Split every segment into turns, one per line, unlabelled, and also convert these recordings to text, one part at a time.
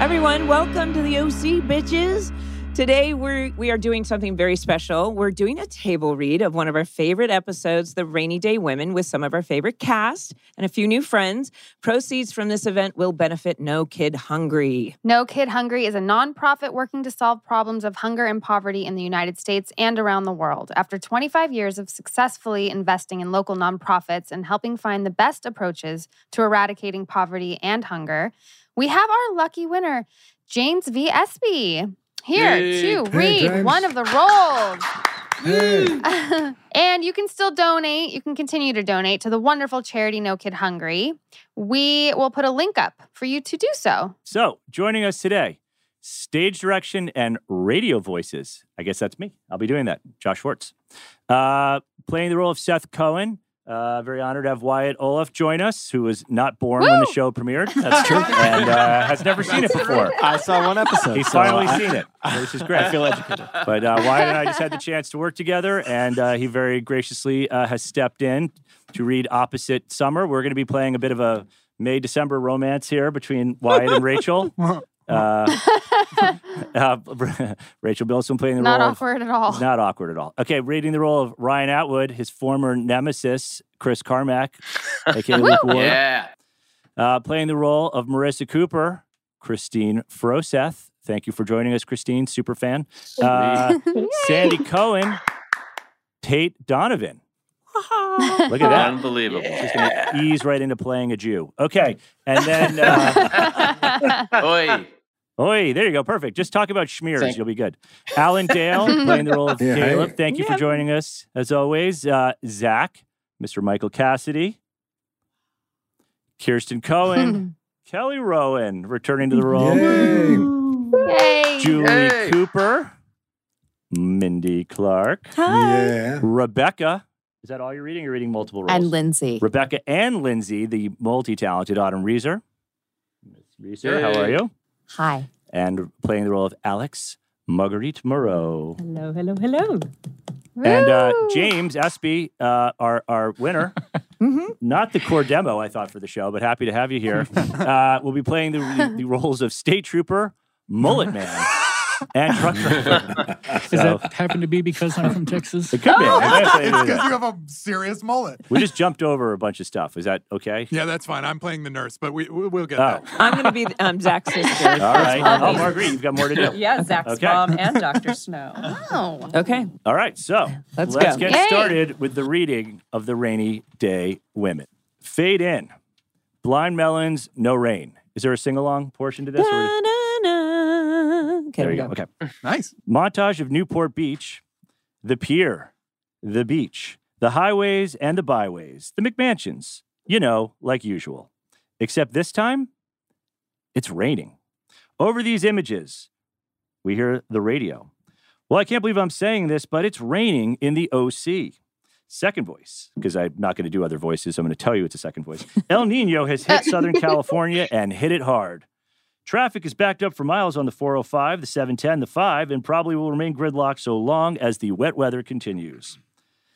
everyone. Welcome to the OC bitches. Today we're we are doing something very special. We're doing a table read of one of our favorite episodes, The Rainy Day Women, with some of our favorite cast and a few new friends. Proceeds from this event will benefit No Kid Hungry.
No Kid Hungry is a nonprofit working to solve problems of hunger and poverty in the United States and around the world. After 25 years of successfully investing in local nonprofits and helping find the best approaches to eradicating poverty and hunger, we have our lucky winner, James V. Espy. Here
Yay.
to
Hey,
read
James.
one of the rolls.
Hey,
and you can still donate. You can continue to donate to the wonderful charity No Kid Hungry. We will put a link up for you to do so.
So, joining us today, stage direction and radio voices. I guess that's me. I'll be doing that. Josh Schwartz. Uh, playing the role of Seth Cohen. Uh, very honored to have Wyatt Olaf join us, who was not born when the
Woo!
show premiered. That's true. and uh, has never seen it before.
I saw one episode.
He's
so
finally
I,
seen it, which is great.
I feel educated.
But uh, Wyatt and I just had the chance to work together, and uh, he very graciously uh, has stepped in to read Opposite Summer. We're going to be playing a bit of a May December romance here between Wyatt and Rachel. Uh, uh, Rachel Bilson playing the
Not
role.
awkward at all.
Of, not awkward at all. Okay, reading the role of Ryan Atwood, his former nemesis, Chris Carmack, aka Luke Ward.
Yeah.
Uh, playing the role of Marissa Cooper, Christine Froseth. Thank you for joining us, Christine, super fan. Uh, Sandy Cohen, Tate Donovan. Look at that.
Unbelievable.
Just gonna ease right into playing a Jew. Okay, and then uh,
Oi.
oi, there you go, perfect. Just talk about schmears,
Thank-
you'll be good. Alan Dale playing the role of
Yeah, hey.
Caleb. Thank you
Yeah.
for joining us as always. Uh, Zach, Mr. Michael Cassidy, Kirsten Cohen, Kelly Rowan returning to the role.
yay.
Yay.
Julie
Hey.
Cooper, Mindy Clark,
Yeah.
Rebecca. Is that all you're reading? You're reading multiple roles.
and Lindsay.
Rebecca and Lindsay, the multi-talented Autumn Reeser. Miss Reeser, how are
Hey.
you?
Hi.
And playing the role of Alex Marguerite Moreau.
Hello, hello, hello.
And uh,
Woo.
James Espy, uh, our, our winner,
Mm-hmm.
not the core demo I thought for the show, but happy to have you here. Uh, we'll be playing the, the, roles of State Trooper, Mullet Man, and Truck Driver.
Does
So-
that happen to be because I'm from Texas?
It could be. I guess I
it's
did that.
because you have a serious mullet.
we just jumped over a bunch of stuff. Is that okay?
Yeah, that's fine. I'm playing the nurse, but we we- we'll get
Oh.
that.
I'm going to be um, Zach's sister.
All right. Oh,
That's
Marguerite, you've got more to do.
Yeah, Zach's
Okay.
mom and Dr. Snow.
Oh.
Okay.
All right. So
Let's go.
get
Yay.
started with the reading of the Rainy Day Women. Fade in. Blind melons, no rain. Is there a sing along portion to this? or-
Da-na-na. Okay,
there
we
you go. Okay.
Nice.
Montage of Newport Beach, the pier, the beach, the highways and the byways, the McMansions, you know, like usual. Except this time, it's raining. Over these images, we hear the radio. Well, I can't believe I'm saying this, but it's raining in the OC. Second voice, because I'm not going to do other voices. I'm going to tell you it's a second voice. El Nino has hit Southern California and hit it hard. Traffic is backed up for miles on the 405, the 710, the 5, and probably will remain gridlocked so long as the wet weather continues.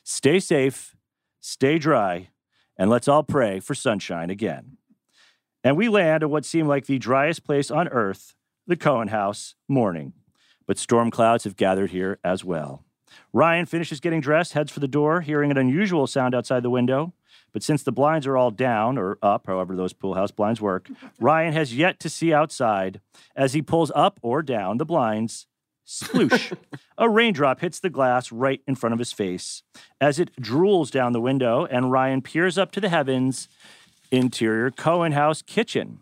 Stay safe, stay dry, and let's all pray for sunshine again. And we land at what seemed like the driest place on earth, the Cohen House, morning. But storm clouds have gathered here as well. Ryan finishes getting dressed, heads for the door, hearing an unusual sound outside the window. But since the blinds are all down or up, however those pool house blinds work, Ryan has yet to see outside. As he pulls up or down the blinds, sploosh, a raindrop hits the glass right in front of his face. As it drools down the window, and Ryan peers up to the heavens, interior Cohen House kitchen.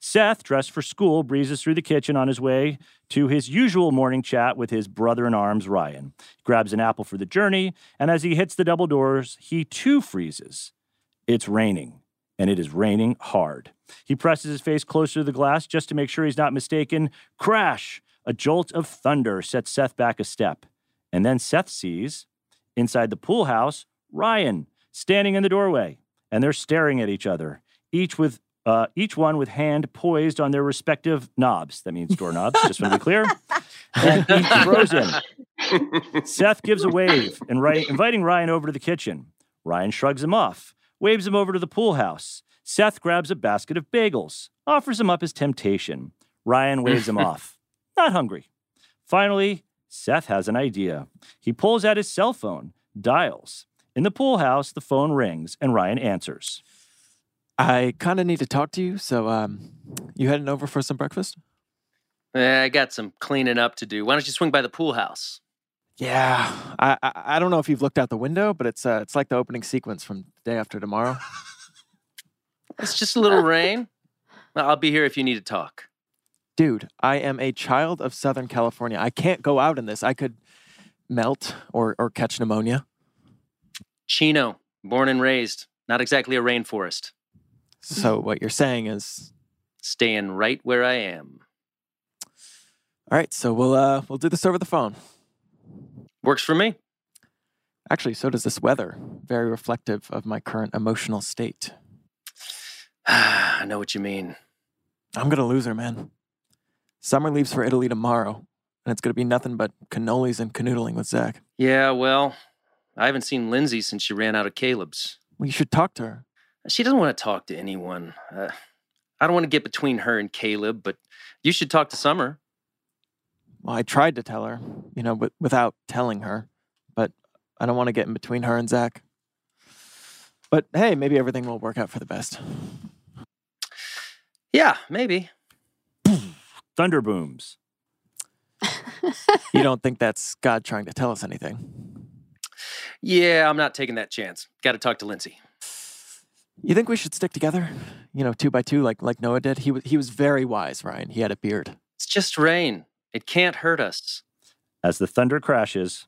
Seth, dressed for school, breezes through the kitchen on his way to his usual morning chat with his brother in arms, Ryan. grabs an apple for the journey, and as he hits the double doors, he too freezes. It's raining, and it is raining hard. He presses his face closer to the glass just to make sure he's not mistaken. Crash! A jolt of thunder sets Seth back a step. And then Seth sees, inside the pool house, Ryan standing in the doorway, and they're staring at each other, each with uh, each one with hand poised on their respective knobs. That means doorknobs, just want to be clear. And each frozen. Seth gives a wave, and Ryan, inviting Ryan over to the kitchen. Ryan shrugs him off, waves him over to the pool house. Seth grabs a basket of bagels, offers him up as temptation. Ryan waves him off. Not hungry. Finally, Seth has an idea. He pulls out his cell phone, dials. In the pool house, the phone rings and Ryan answers.
I kind of need to talk to you. So, um, you heading over for some breakfast?
Eh, I got some cleaning up to do. Why don't you swing by the pool house?
Yeah. I, I I don't know if you've looked out the window, but it's uh, it's like the opening sequence from Day After Tomorrow.
It's just a little rain. I'll be here if you need to talk.
Dude, I am a child of Southern California. I can't go out in this. I could melt or or catch pneumonia.
Chino, born and raised, not exactly a rainforest.
So what you're saying is,
Staying right where I am.
all right. So we'll uh we'll do this over the phone.
Works for me.
Actually, so does this weather. Very reflective of my current emotional state.
I know what you mean.
I'm gonna lose her, man. Summer leaves for Italy tomorrow, and it's gonna be nothing but cannolis and canoodling with Zach.
Yeah, well, I haven't seen Lindsay since she ran out of Caleb's.
Well, you should talk to her.
She doesn't want to talk to anyone. Uh, I don't want to get between her and Caleb, but you should talk to Summer.
Well, I tried to tell her, you know, w- without telling her, but I don't want to get in between her and Zach. But hey, maybe everything will work out for the best.
Yeah, maybe.
Thunder booms.
You don't think that's God trying to tell us anything?
Yeah, I'm not taking that chance. Got to talk to Lindsay.
You think we should stick together? You know, two by two, like like Noah did. He was he was very wise, Ryan. He had a beard.
It's just rain. It can't hurt us.
As the thunder crashes,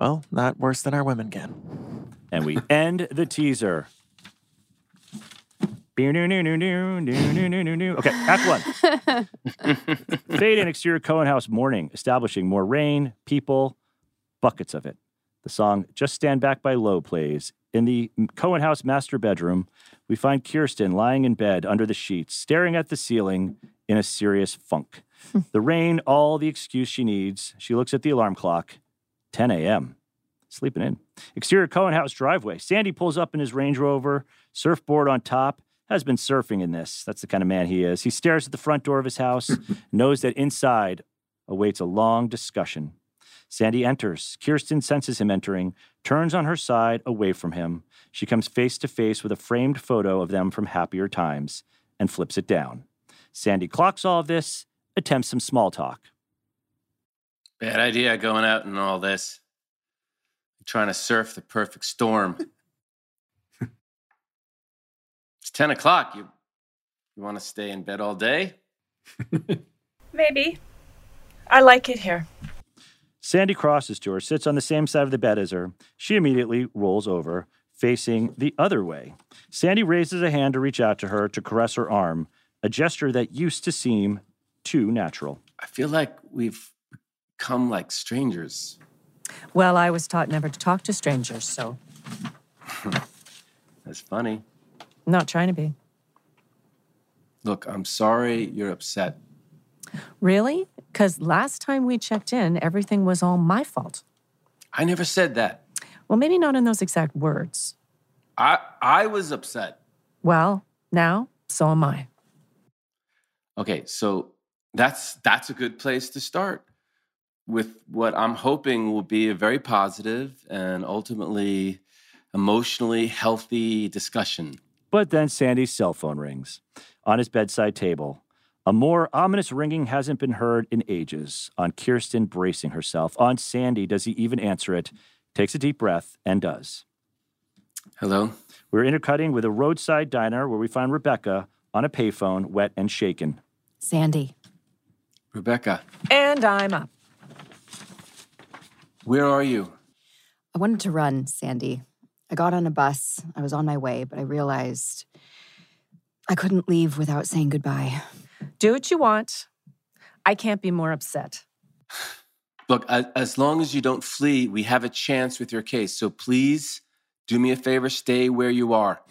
Well, not worse than our women can.
and we end the teaser. Beer, doo, doo, doo, doo, doo, doo, doo, doo, doo. Okay, act one. Fade in exterior Cohen House morning, establishing more rain, people, buckets of it. The song Just Stand Back by Low plays. In the Cohen House master bedroom, we find Kirsten lying in bed under the sheets, staring at the ceiling in a serious funk. the rain, all the excuse she needs. She looks at the alarm clock 10 a.m., sleeping in. Exterior Cohen House driveway. Sandy pulls up in his Range Rover, surfboard on top, has been surfing in this. That's the kind of man he is. He stares at the front door of his house, knows that inside awaits a long discussion. Sandy enters. Kirsten senses him entering, turns on her side away from him. She comes face to face with a framed photo of them from happier times and flips it down. Sandy clocks all of this, attempts some small talk.
Bad idea going out and all this.
trying to surf the perfect storm. it's 10 o'clock. You, you want to stay in bed all day?
Maybe. I like it here.
Sandy crosses to her, sits on the same side of the bed as her. She immediately rolls over, facing the other way. Sandy raises a hand to reach out to her to caress her arm, a gesture that used to seem too natural.
I feel like we've become like strangers.
Well, I was taught never to talk to strangers, so
That's funny.
I'm not trying to be.
Look, I'm sorry you're upset.
Really? Because last time we checked in, everything was all my fault.
I never said that.
Well, maybe not in those exact words.
I I was upset.
Well, now, so am I.
Okay, so that's that's a good place to start with what I'm hoping will be a very positive and ultimately emotionally healthy discussion.
But then Sandy's cell phone rings on his bedside table. A more ominous ringing hasn't been heard in ages. On Kirsten bracing herself. On Sandy, does he even answer it? Takes a deep breath and does.
Hello.
We're intercutting with a roadside diner where we find Rebecca on a payphone, wet and shaken.
Sandy.
Rebecca,
And I'm up.
where are you?
I wanted to run, Sandy. I got on a bus. I was on my way, but I realized I couldn't leave without saying goodbye.
Do what you want. I can't be more upset.
Look, as, as long as you don't flee, we have a chance with your case. So please do me a favor, stay where you are.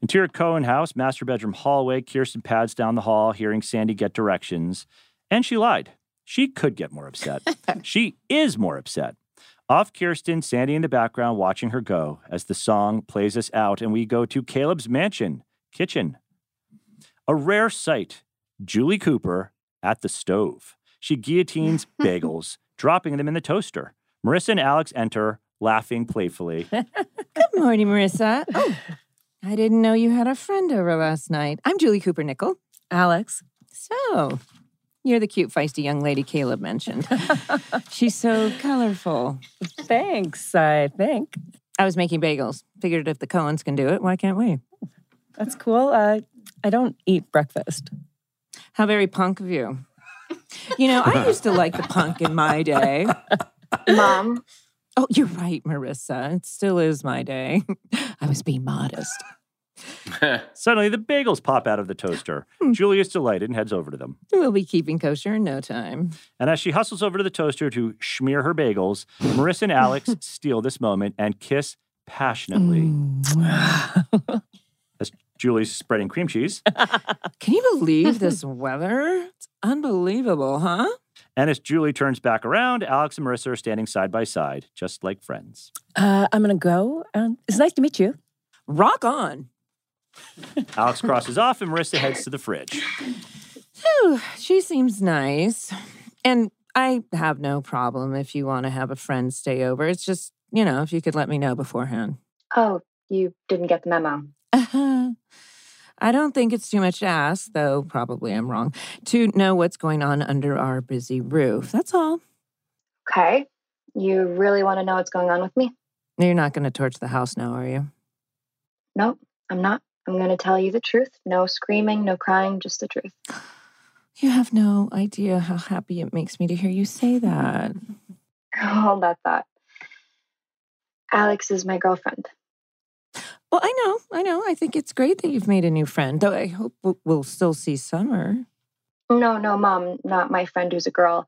Interior Cohen house, master bedroom hallway. Kirsten pads down the hall, hearing Sandy get directions. And she lied. She could get more upset. she is more upset. Off Kirsten, Sandy in the background watching her go as the song plays us out, and we go to Caleb's mansion, kitchen. A rare sight Julie Cooper at the stove. She guillotines bagels, dropping them in the toaster. Marissa and Alex enter, laughing playfully.
Good morning, Marissa. Oh, I didn't know you had a friend over last night. I'm Julie Cooper Nickel. Alex. So, you're the cute, feisty young lady Caleb mentioned. She's so colorful. Thanks, I think. I was making bagels. Figured if the Cohens can do it, why can't we?
That's cool. Uh, I don't eat breakfast.
How very punk of you. You know, I used to like the punk in my day. Mom. Oh, you're right, Marissa. It still is my day. I was being modest.
Suddenly, the bagels pop out of the toaster.
Hmm.
Julie is delighted and heads over to them.
We'll be keeping kosher in no time.
And as she hustles over to the toaster to smear her bagels, Marissa and Alex steal this moment and kiss
Mm.
passionately. as Julie's spreading cream cheese.
Can you believe this weather? It's unbelievable, huh?
And as Julie turns back around, Alex and Marissa are standing side by side, just like friends.
Uh, I'm going to go. Um, it's nice to meet you.
Rock on.
Alex crosses off and Marissa heads to the fridge.
Phew, she seems nice. And I have no problem if you want to have a friend stay over. It's just, you know, if you could let me know beforehand.
Oh, you didn't get the memo.
I don't think it's too much to ask, though probably I'm wrong, to know what's going on under our busy roof. That's all.
Okay. You really want to know what's going on with me?
You're not going to torch the house now, are you?
Nope, I'm not. I'm going to tell you the truth. No screaming, no crying, just the truth.
You have no idea how happy it makes me to hear you say that.
Hold that thought. Alex is my girlfriend.
Well, I know, I know. I think it's great that you've made a new friend, though I hope w- we'll still see summer.
No, no, mom, not my friend who's a girl.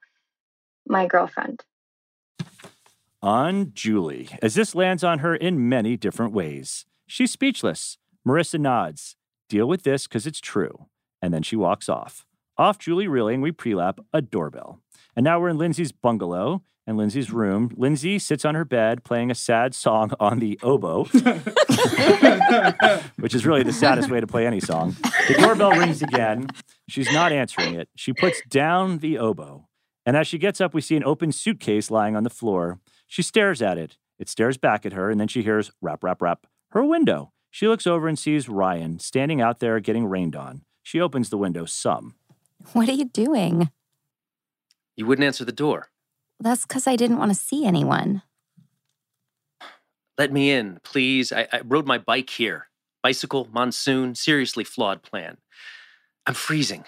My girlfriend.
on Julie, as this lands on her in many different ways. She's speechless. Marissa nods, deal with this because it's true. And then she walks off. Off Julie reeling, we prelap a doorbell. And now we're in Lindsay's bungalow and Lindsay's room. Lindsay sits on her bed playing a sad song on the oboe, which is really the saddest way to play any song. The doorbell rings again. She's not answering it. She puts down the oboe. And as she gets up, we see an open suitcase lying on the floor. She stares at it. It stares back at her, and then she hears rap, rap, rap, her window. She looks over and sees Ryan standing out there getting rained on. She opens the window some.
What are you doing?
You wouldn't answer the door.
That's because I didn't want to see anyone.
Let me in, please. I, I rode my bike here. Bicycle, monsoon, seriously flawed plan. I'm freezing.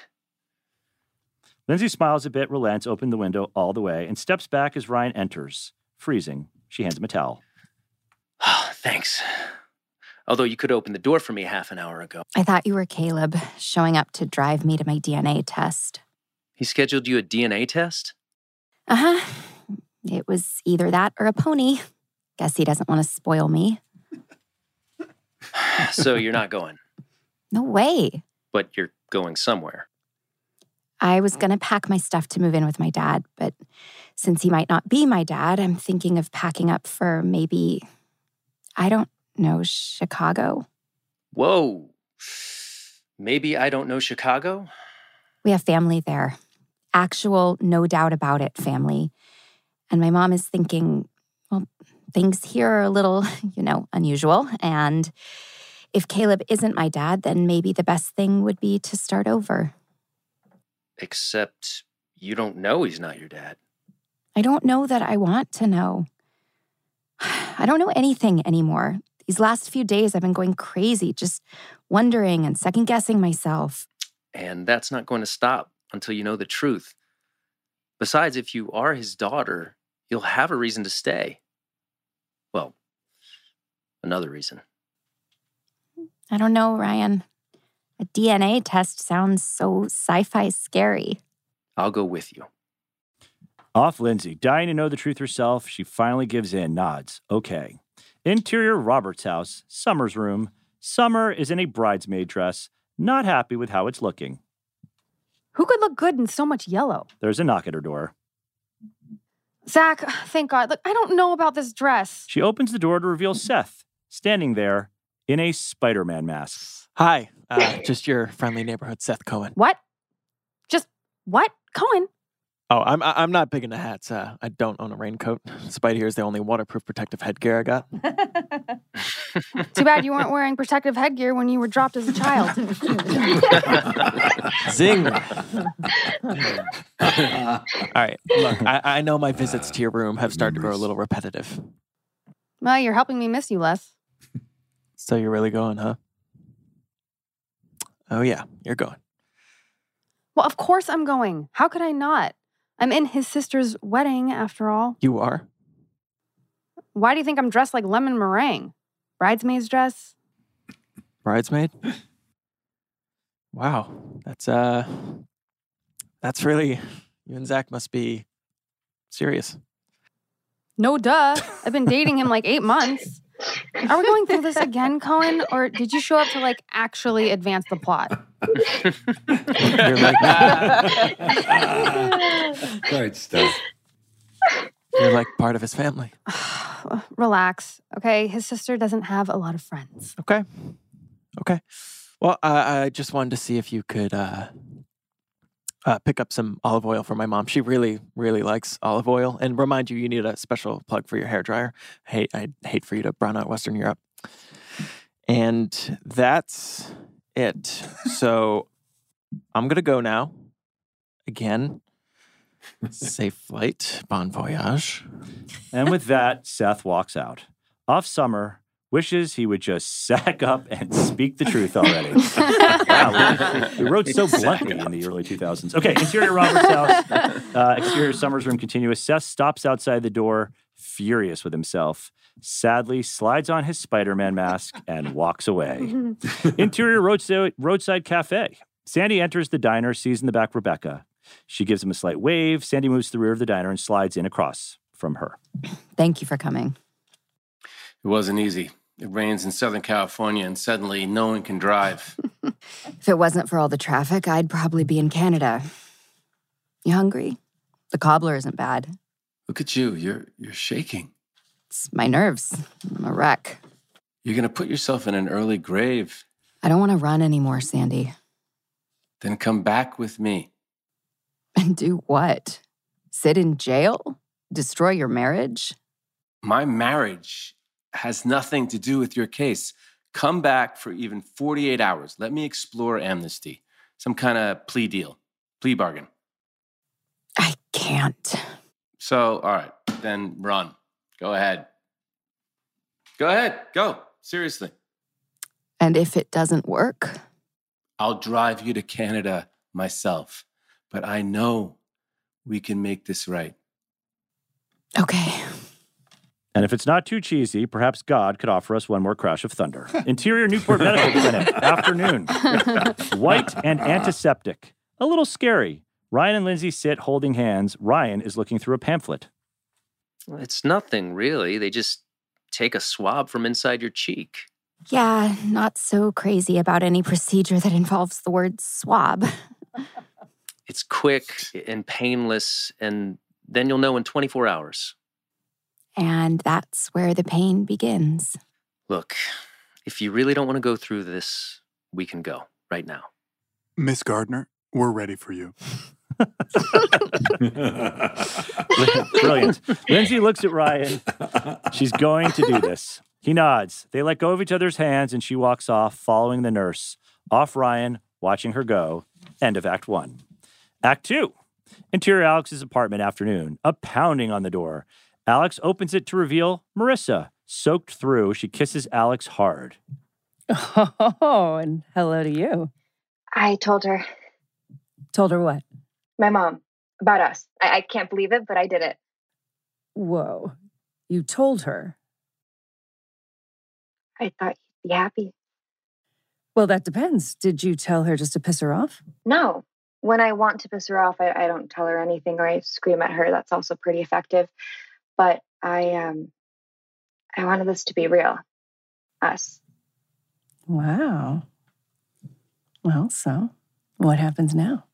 Lindsay smiles a bit, relents, opens the window all the way, and steps back as Ryan enters. Freezing, she hands him a towel.
Thanks. Although you could open the door for me half an hour ago.
I thought you were Caleb showing up to drive me to my DNA test.
He scheduled you a DNA test?
Uh huh. It was either that or a pony. Guess he doesn't want to spoil me.
so you're not going,
No way.
but you're going somewhere.
I was going to pack my stuff to move in with my dad, but since he might not be my dad, I'm thinking of packing up for maybe, I don't know, Chicago.
Whoa. Maybe I don't know Chicago?
We have family there, actual, no doubt about it family. And my mom is thinking, well, things here are a little, you know, unusual. And if Caleb isn't my dad, then maybe the best thing would be to start over.
Except you don't know he's not your dad.
I don't know that I want to know. I don't know anything anymore. These last few days, I've been going crazy, just wondering and second guessing myself.
And that's not going to stop until you know the truth. Besides, if you are his daughter, you'll have a reason to stay. Well, another reason.
I don't know, Ryan. A DNA test sounds so sci fi scary.
I'll go with you.
Off Lindsay, dying to know the truth herself, she finally gives in, nods, okay. Interior Robert's house, Summer's room. Summer is in a bridesmaid dress, not happy with how it's looking.
Who could look good in so much yellow?
There's a knock at her door.
Zach, thank God. Look, I don't know about this dress.
She opens the door to reveal Seth, standing there in a Spider Man mask.
Hi, uh, just your friendly neighborhood Seth Cohen.
What? Just what? Cohen,
Oh, I'm I- I'm not big into hats. Uh, I don't own a raincoat. Spite here is the only waterproof protective headgear I got.
too bad you weren't wearing protective headgear when you were dropped as a child.
Zing. All right, look, I, I know my visits to your room have started to grow a little repetitive.
well, you're helping me miss you less.
So you're really going, huh? Oh yeah, you're going.
Well, of course I'm going. How could I not? I'm in his sister's wedding, after all.
You are.
Why do you think I'm dressed like lemon meringue? Bridesmaid's dress?
bridesmaid wow that's uh that's really you and zach must be serious
No duh. I've been dating him like eight months. Are we going through this again, Cohen? Or did you show up to like actually advance the plot?
You're like,
Great stuff.
you're like part of his family
Relax, okay? His sister doesn't have a lot of friends.
okay okay well uh, i just wanted to see if you could uh uh, pick up some olive oil for my mom. She really, really likes olive oil. And remind you, you need a special plug for your hair dryer. Hey, I'd hate for you to brown out Western Europe. And that's it. So I'm gonna go now. Again, safe flight, bon voyage.
And with that, Seth walks out. Off Summer wishes he would just sack up and speak the truth already. wow, we, we wrote so
Sack
bluntly in the early 2000s. Okay, interior Robert's house, uh, exterior Summer's room continuous. Seth stops outside the door, furious with himself. Sadly, slides on his Spider-Man mask and walks away. Interior roadside, roadside cafe. Sandy enters the diner, sees in the back Rebecca. She gives him a slight wave. Sandy moves to the rear of the diner and slides in across from her.
Thank you for coming.
It wasn't easy. It rains in Southern California, and suddenly no one can drive.
If it wasn't for all the traffic, I'd probably be in Canada. You hungry? The cobbler isn't bad.
Look at you. You're you're shaking.
It's my nerves. I'm a wreck.
You're gonna put yourself in an early grave.
I don't want to run anymore, Sandy.
Then come back with me.
And do what? Sit in jail? Destroy your marriage?
My marriage has nothing to do with your case. Come back for even 48 hours. Let me explore amnesty, some kind of plea deal, plea bargain.
I can't.
So, all right, then run. Go ahead. Go ahead. Go. Seriously.
And if it doesn't work,
I'll drive you to Canada myself, but I know we can make this right.
okay.
And if it's not too cheesy, perhaps God could offer us one more crash of thunder. Interior Newport Medical Clinic, afternoon. White and antiseptic. A little scary. Ryan and Lindsay sit holding hands. Ryan is looking through a pamphlet.
Well, It's nothing really. They just take a swab from inside your cheek.
Yeah, not so crazy about any procedure that involves the word swab.
It's quick and painless, and then you'll know in 24 hours.
And that's where the pain begins.
Look, if you really don't want to go through this, we can go right now.
Miss Gardner, we're ready for you.
Brilliant. Lindsay looks at Ryan. She's going to do this. He nods. They let go of each other's hands and she walks off, following the nurse. Off Ryan, watching her go. End of Act One. Act Two Interior Alex's apartment afternoon, a pounding on the door. Alex opens it to reveal Marissa. Soaked through, she kisses Alex hard.
Oh, and hello to you.
I told her,
Told her what?
my mom, about us. I, I can't believe it, but I did it.
Whoa. You told her.
I thought you'd be happy.
Well, that depends. Did you tell her just to piss her off?
No. When I want to piss her off, I, I don't tell her anything or I scream at her. That's also pretty effective. But I um I wanted this to be real. Us.
Wow. Well, so what happens now?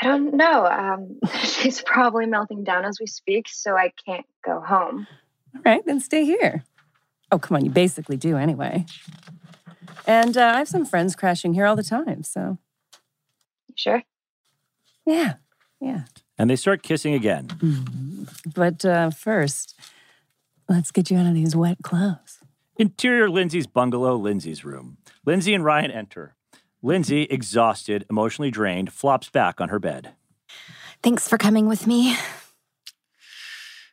I don't know. Um she's probably melting down as we speak, so I can't go home.
All right, then stay here. Oh, come on. You basically do anyway. And uh, I have some friends crashing here all the time. So,
You sure?
yeah, Yeah.
And they start kissing again.
But uh, first, let's get you out of these wet clothes.
Interior Lindsay's bungalow, Lindsay's room. Lindsay and Ryan enter. Lindsay, exhausted, emotionally drained, flops back on her bed.
Thanks for coming with me.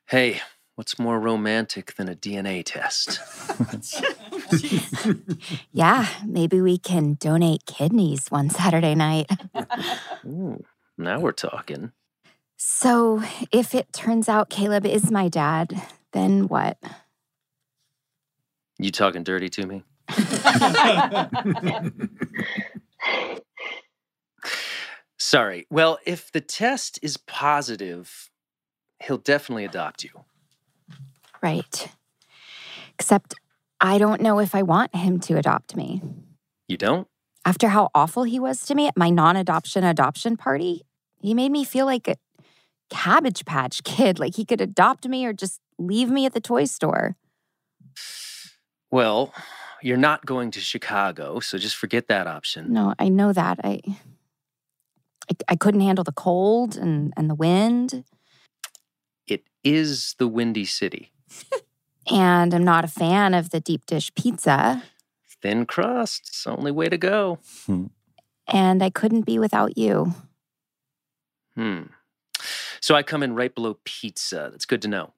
Hey, what's more romantic than a DNA test?
Yeah, maybe we can donate kidneys one Saturday night.
Ooh, now we're talking.
So, if it turns out Caleb is my dad, then what?
You talking dirty to me? Sorry. Well, if the test is positive, he'll definitely adopt you.
Right. Except I don't know if I want him to adopt me.
You don't?
After how awful he was to me at my non adoption adoption party, he made me feel like a cabbage patch kid, like he could adopt me or just leave me at the toy store.
Well, you're not going to Chicago, so just forget that option.
No, I know that. I I, I couldn't handle the cold and, and the wind,
It is the Windy City.
and I'm not a fan of the deep dish pizza,
Thin crust. It's the only way to go.
and I couldn't be without you.
Hmm. So I come in right below pizza. That's good to know.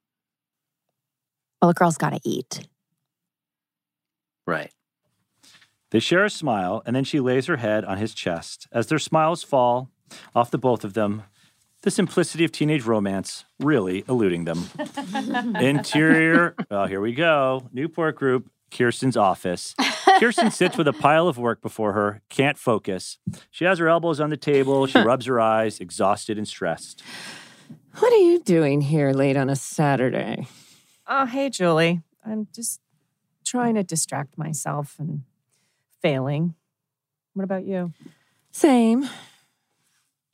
Well, a girl's got to eat.
Right.
They share a smile, and then she lays her head on his chest. As their smiles fall off the both of them, the simplicity of teenage romance really eluding them. Interior, well, here we go. Newport Group, Kirsten's office. Kirsten sits with a pile of work before her, can't focus. She has her elbows on the table. She rubs her eyes, exhausted and stressed.
What are you doing here late on a Saturday?
Oh, hey, Julie. I'm just trying to distract myself and failing. What about you?
Same.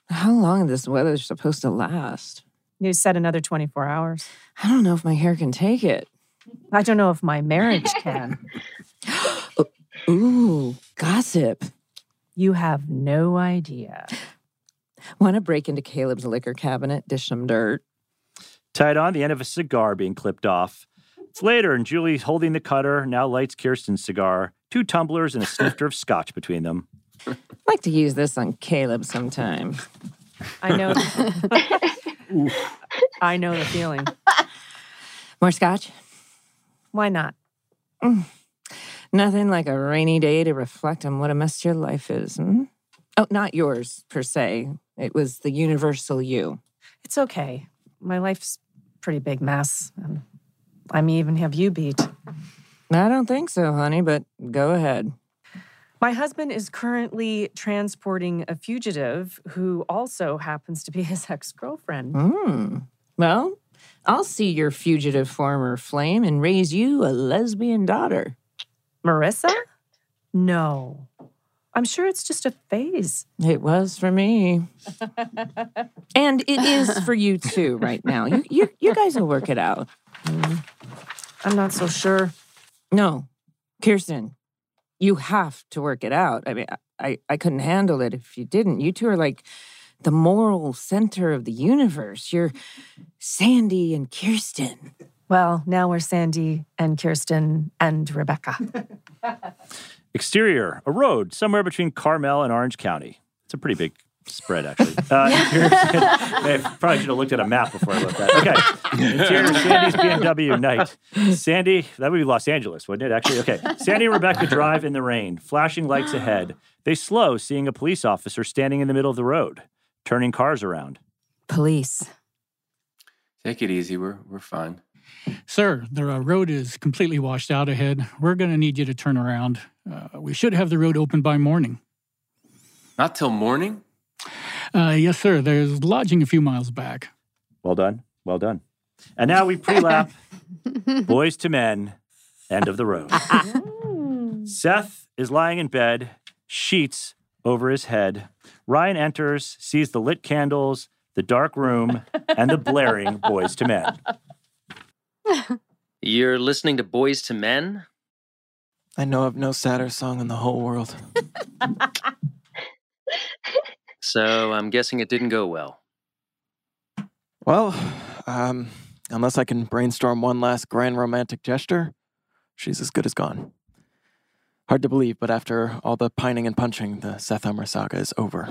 How long is this weather supposed to last?
You said another 24 hours.
I don't know if my hair can take it.
I don't know if my marriage can.
Ooh, gossip.
You have no idea.
Want to break into Caleb's liquor cabinet, dish some dirt?
Tied on the end of a cigar being clipped off. It's later, and Julie's holding the cutter, now lights Kirsten's cigar, two tumblers and a snifter of scotch between them.
Like to use this on Caleb sometime.
I know. I know the feeling.
More scotch? Mm.
Why not?
Nothing like a rainy day to reflect on what a mess your life is. hmm? Oh, not yours per se. It was the universal you.
It's okay. My life's pretty big mess. And I may even have you beat.
I don't think so, honey, but go ahead.
My husband is currently transporting a fugitive who also happens to be his ex girlfriend.
Hmm. Well, I'll see your fugitive former flame and raise you a lesbian daughter.
Marissa? No. I'm sure it's just a phase.
It was for me. and it is for you too right now. You, you, you guys will work it out.
Mm. I'm not so sure.
No, Kirsten, you have to work it out. I mean, I, I couldn't handle it if you didn't. You two are like the moral center of the universe. You're Sandy and Kirsten.
Well, now we're Sandy and Kirsten and Rebecca.
Exterior, a road somewhere between Carmel and Orange County. It's a pretty big spread, actually. Uh, interior, I probably should have looked at a map before I wrote that. Okay. Interior, Sandy's BMW night. Sandy, that would be Los Angeles, wouldn't it? Actually, okay. Sandy and Rebecca drive in the rain, flashing lights ahead. They slow, seeing a police officer standing in the middle of the road, turning cars around.
Police.
Take it easy. We're we're fine.
Sir, the uh, road is completely washed out ahead. We're going to need you to turn around. Uh, we should have the road open by morning.
Not till morning.
Uh, yes, sir. There's lodging a few miles back.
Well done. Well done. And now we pre lap Boys to Men, End of the Road. Seth is lying in bed, sheets over his head. Ryan enters, sees the lit candles, the dark room, and the blaring Boys to Men.
You're listening to Boys to Men?
I know of no sadder song in the whole world.
So I'm guessing it didn't go well.
Well, um, unless I can brainstorm one last grand romantic gesture, she's as good as gone. Hard to believe, but after all the pining and punching, the Sethumer saga is over.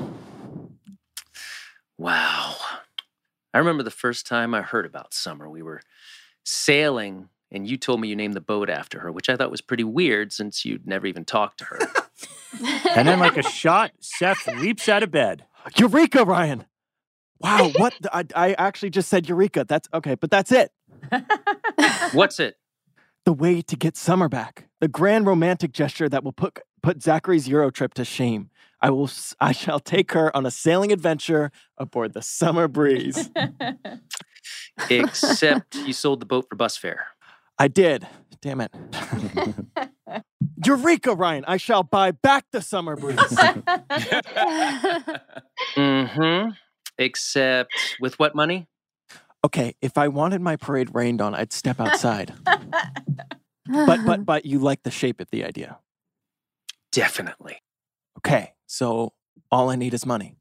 Wow. I remember the first time I heard about Summer. We were sailing, and you told me you named the boat after her, which I thought was pretty weird since you'd never even talked to her.
And then, like a shot, Seth leaps out of bed.
Eureka, Ryan! Wow, what? The, I, I actually just said Eureka. That's okay, but that's it.
What's it?
The way to get summer back. The grand romantic gesture that will put put Zachary's Euro trip to shame. I will. s- I shall take her on a sailing adventure aboard the summer breeze.
Except you sold the boat for bus fare.
I did. Damn it. Eureka, Ryan! I shall buy back the summer breeze.
Mm-hmm. Except with what money?
okay, if I wanted my parade rained on, I'd step outside. but but but you like the shape of the idea.
Definitely.
Okay, so all I need is money.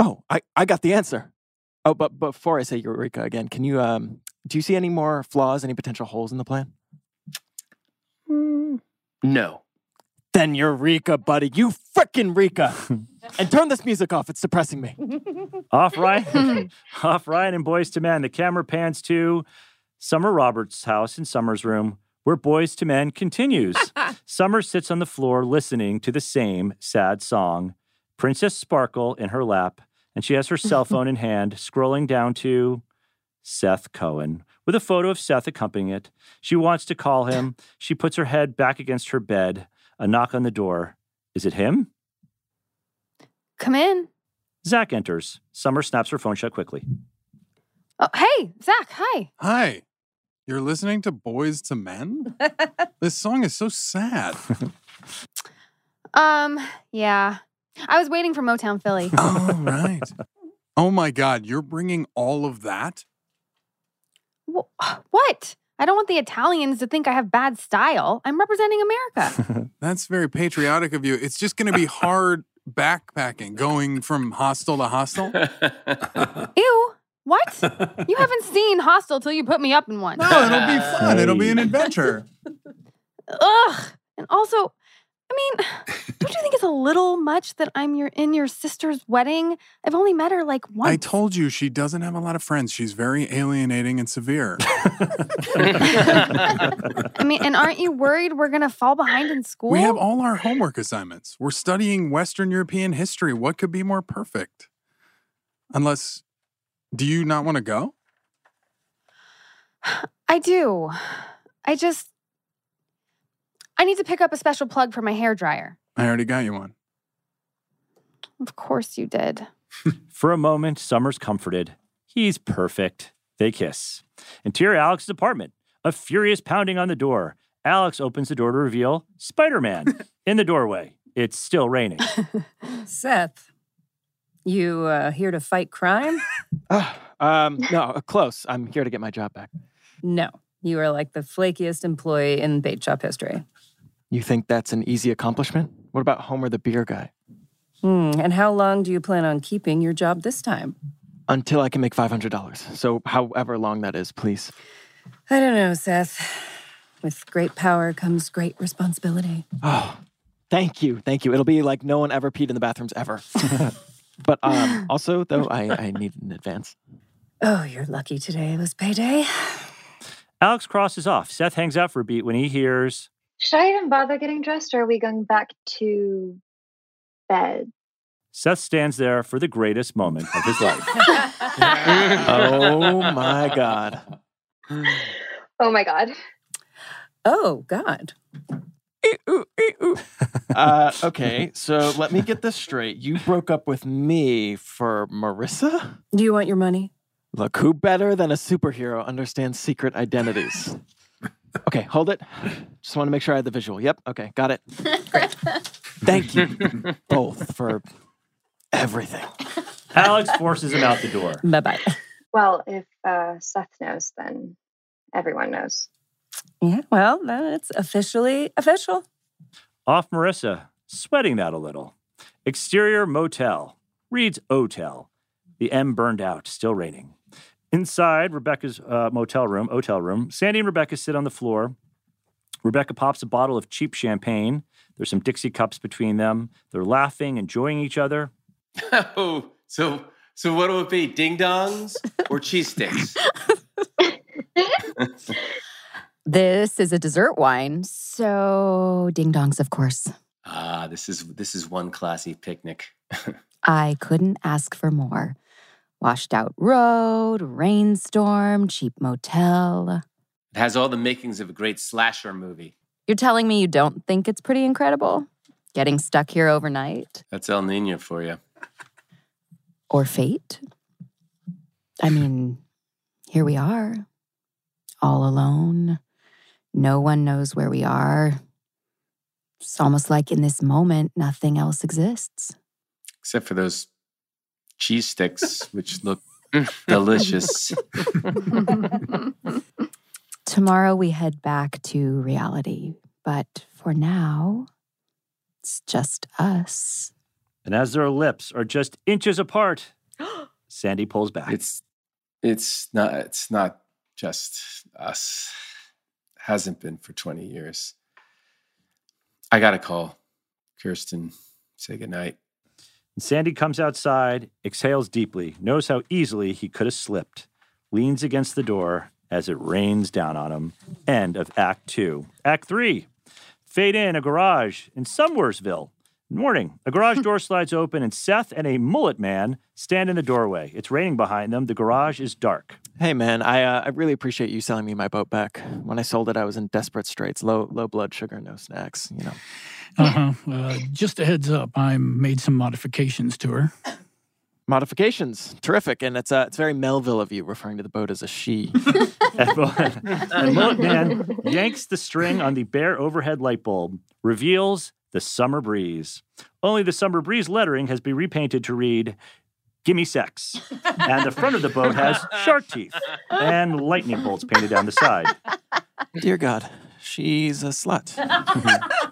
Oh, I, I got the answer. Oh, but before I say Eureka again, can you um do you see any more flaws, any potential holes in the plan?
No.
Then Eureka, buddy. You frickin' Rika. and turn this music off. It's depressing me.
Off Ryan, off Ryan and Boys to Men. The camera pans to Summer Roberts' house in Summer's room, where Boys to Men continues. Summer sits on the floor listening to the same sad song, Princess Sparkle in her lap, and she has her cell phone in hand, scrolling down to Seth Cohen with a photo of Seth accompanying it. She wants to call him. She puts her head back against her bed. A knock on the door. Is it him?
Come in.
Zach enters. Summer snaps her phone shut quickly.
Oh, hey, Zach. Hi.
Hi. You're listening to Boys to Men? this song is so sad.
Um, yeah. I was waiting for Motown Philly.
All right. Oh my God, you're bringing all of that?
what? I don't want the Italians to think I have bad style. I'm representing America.
That's very patriotic of you. It's just going to be hard backpacking, going from hostel to hostel.
Ew. What? You haven't seen Hostel till you put me up in one.
No, it'll be fun. It'll be an adventure.
Ugh. And also, I mean, don't you think it's a little much that I'm your in your sister's wedding? I've only met her like once.
I told you she doesn't have a lot of friends. She's very alienating and severe.
I mean, and aren't you worried we're gonna fall behind in school?
We have all our homework assignments. We're studying Western European history. What could be more perfect? Unless, do you not want to go?
I do. I just I need to pick up a special plug for my hair dryer.
I already got you one.
Of course you did.
For a moment, Summer's comforted. He's perfect. They kiss. Interior Alex's apartment. A furious pounding on the door. Alex opens the door to reveal Spider Man in the doorway. It's still raining.
Seth, you uh, here to fight crime?
Um, no, close. I'm here to get my job back.
No, you are like the flakiest employee in bait shop history.
You think that's an easy accomplishment? What about Homer the beer guy?
Hmm. And how long do you plan on keeping your job this time?
Until I can make $500. So, however long that is, please.
I don't know, Seth. With great power comes great responsibility.
Oh, thank you. Thank you. It'll be like no one ever peed in the bathrooms ever. but um, also, though, I, I need an advance.
Oh, you're lucky today was payday.
Alex crosses off. Seth hangs out for a beat when he hears
Should I even bother getting dressed or are we going back to bed?
Seth stands there for the greatest moment of his life.
oh my God.
Oh my God.
Oh, God.
Uh, okay, so let me get this straight. You broke up with me for Marissa?
Do you want your money?
Look, who better than a superhero understands secret identities? Okay, hold it. Just want to make sure I had the visual. Yep. Okay, got it. Thank you both for everything.
Alex forces him out the door.
Bye bye.
Well, if uh, Seth knows, then everyone knows.
Yeah, well, then it's officially official.
Off Marissa, sweating that a little. Exterior motel, reads Otel. The M burned out, still raining. Inside Rebecca's uh, motel room, hotel room, Sandy and Rebecca sit on the floor. Rebecca pops a bottle of cheap champagne. There's some Dixie cups between them. They're laughing, enjoying each other.
Oh, so so what will it be? Ding dongs or cheese sticks?
This is a dessert wine, so ding dongs, of course.
Ah, this is this is one classy picnic.
I couldn't ask for more. Washed out road, rainstorm, cheap motel.
It has all the makings of a great slasher movie.
You're telling me you don't think it's pretty incredible? Getting stuck here overnight?
That's El Nino for you.
Or fate? I mean, here we are, all alone. No one knows where we are. It's almost like in this moment, nothing else exists.
Except for those cheese sticks, which look delicious.
Tomorrow we head back to reality, but for now, it's just us.
And as their lips are just inches apart, Sandy pulls back.
It's it's not it's not just us. Hasn't been for 20 years. I got a call. Kirsten, say goodnight.
And Sandy comes outside, exhales deeply, knows how easily he could have slipped, leans against the door as it rains down on him. End of Act Two. Act Three fade in a garage in Somersville. Morning. A garage door slides open, and Seth and a mullet man stand in the doorway. It's raining behind them. The garage is dark.
Hey man, I uh, I really appreciate you selling me my boat back. When I sold it, I was in desperate straits. Low low blood sugar, no snacks. You know.
Uh-huh. Uh, just a heads up, I made some modifications to her.
Modifications, terrific, and it's uh, it's very Melville of you referring to the boat as a she.
and Mullet Man Uh, yanks the string on the bare overhead light bulb, reveals the summer breeze. Only the summer breeze lettering has been repainted to read, Gimme Sex. And the front of the boat has shark teeth and lightning bolts painted down the side.
Dear God, she's a slut.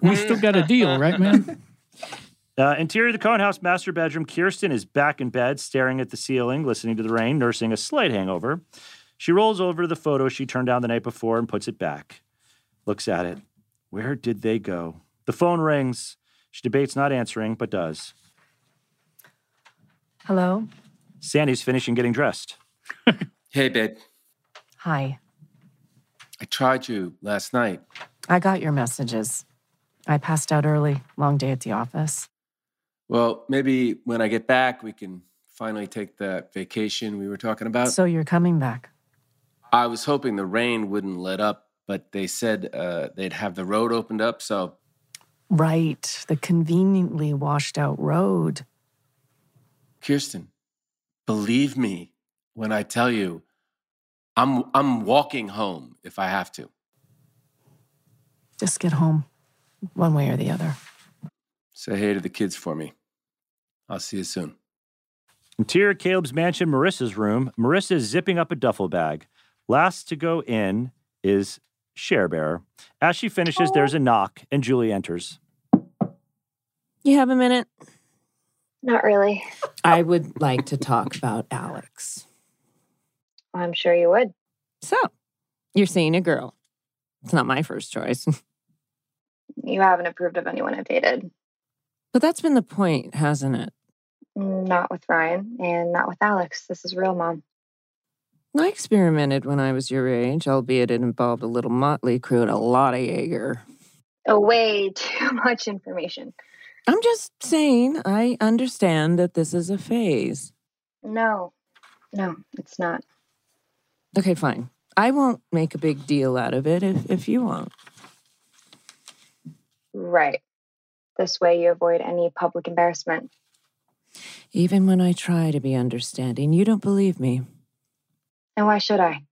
We
Mm-hmm.
still got a deal, right, man?
Uh, interior of the Cohen House master bedroom, Kirsten is back in bed, staring at the ceiling, listening to the rain, nursing a slight hangover. She rolls over to the photo she turned down the night before and puts it back. Looks at it. Where did they go? The phone rings. She debates not answering, but does.
Hello?
Sandy's finishing getting dressed.
Hey babe,
Hi.
I tried you last night.
I got your messages. I passed out early, long day at the office.
Well, maybe when I get back we can finally take that vacation we were talking about.
so you're coming back.
I was hoping the rain wouldn't let up, but they said uh, they'd have the road opened up, so
Right. The conveniently washed out road.
Kirsten, believe me when I tell you, I'm I'm walking home if I have to.
Just get home, one way or the other.
Say hey to the kids for me. I'll see you soon.
Interior Caleb's mansion, Marissa's room. Marissa is zipping up a duffel bag. Last to go in is Sharebearer. As she finishes, there's a knock, and Julie enters.
You have a minute?
Not really.
I would like to talk about Alex.
I'm sure you would.
So, you're seeing a girl. It's not my first choice.
You haven't approved of anyone I've dated.
but that's been the point, hasn't it?
Not with Ryan and not with Alex. This is real, Mom.
I experimented when I was your age, albeit it involved a little motley crew and a lot of Jaeger.
Oh, way too much information.
I'm just saying, I understand that this is a phase.
No, no, it's not.
Okay, fine. I won't make a big deal out of it if, if you won't.
Right. This way you avoid any public embarrassment.
Even when I try to be understanding, you don't believe me.
And why should I?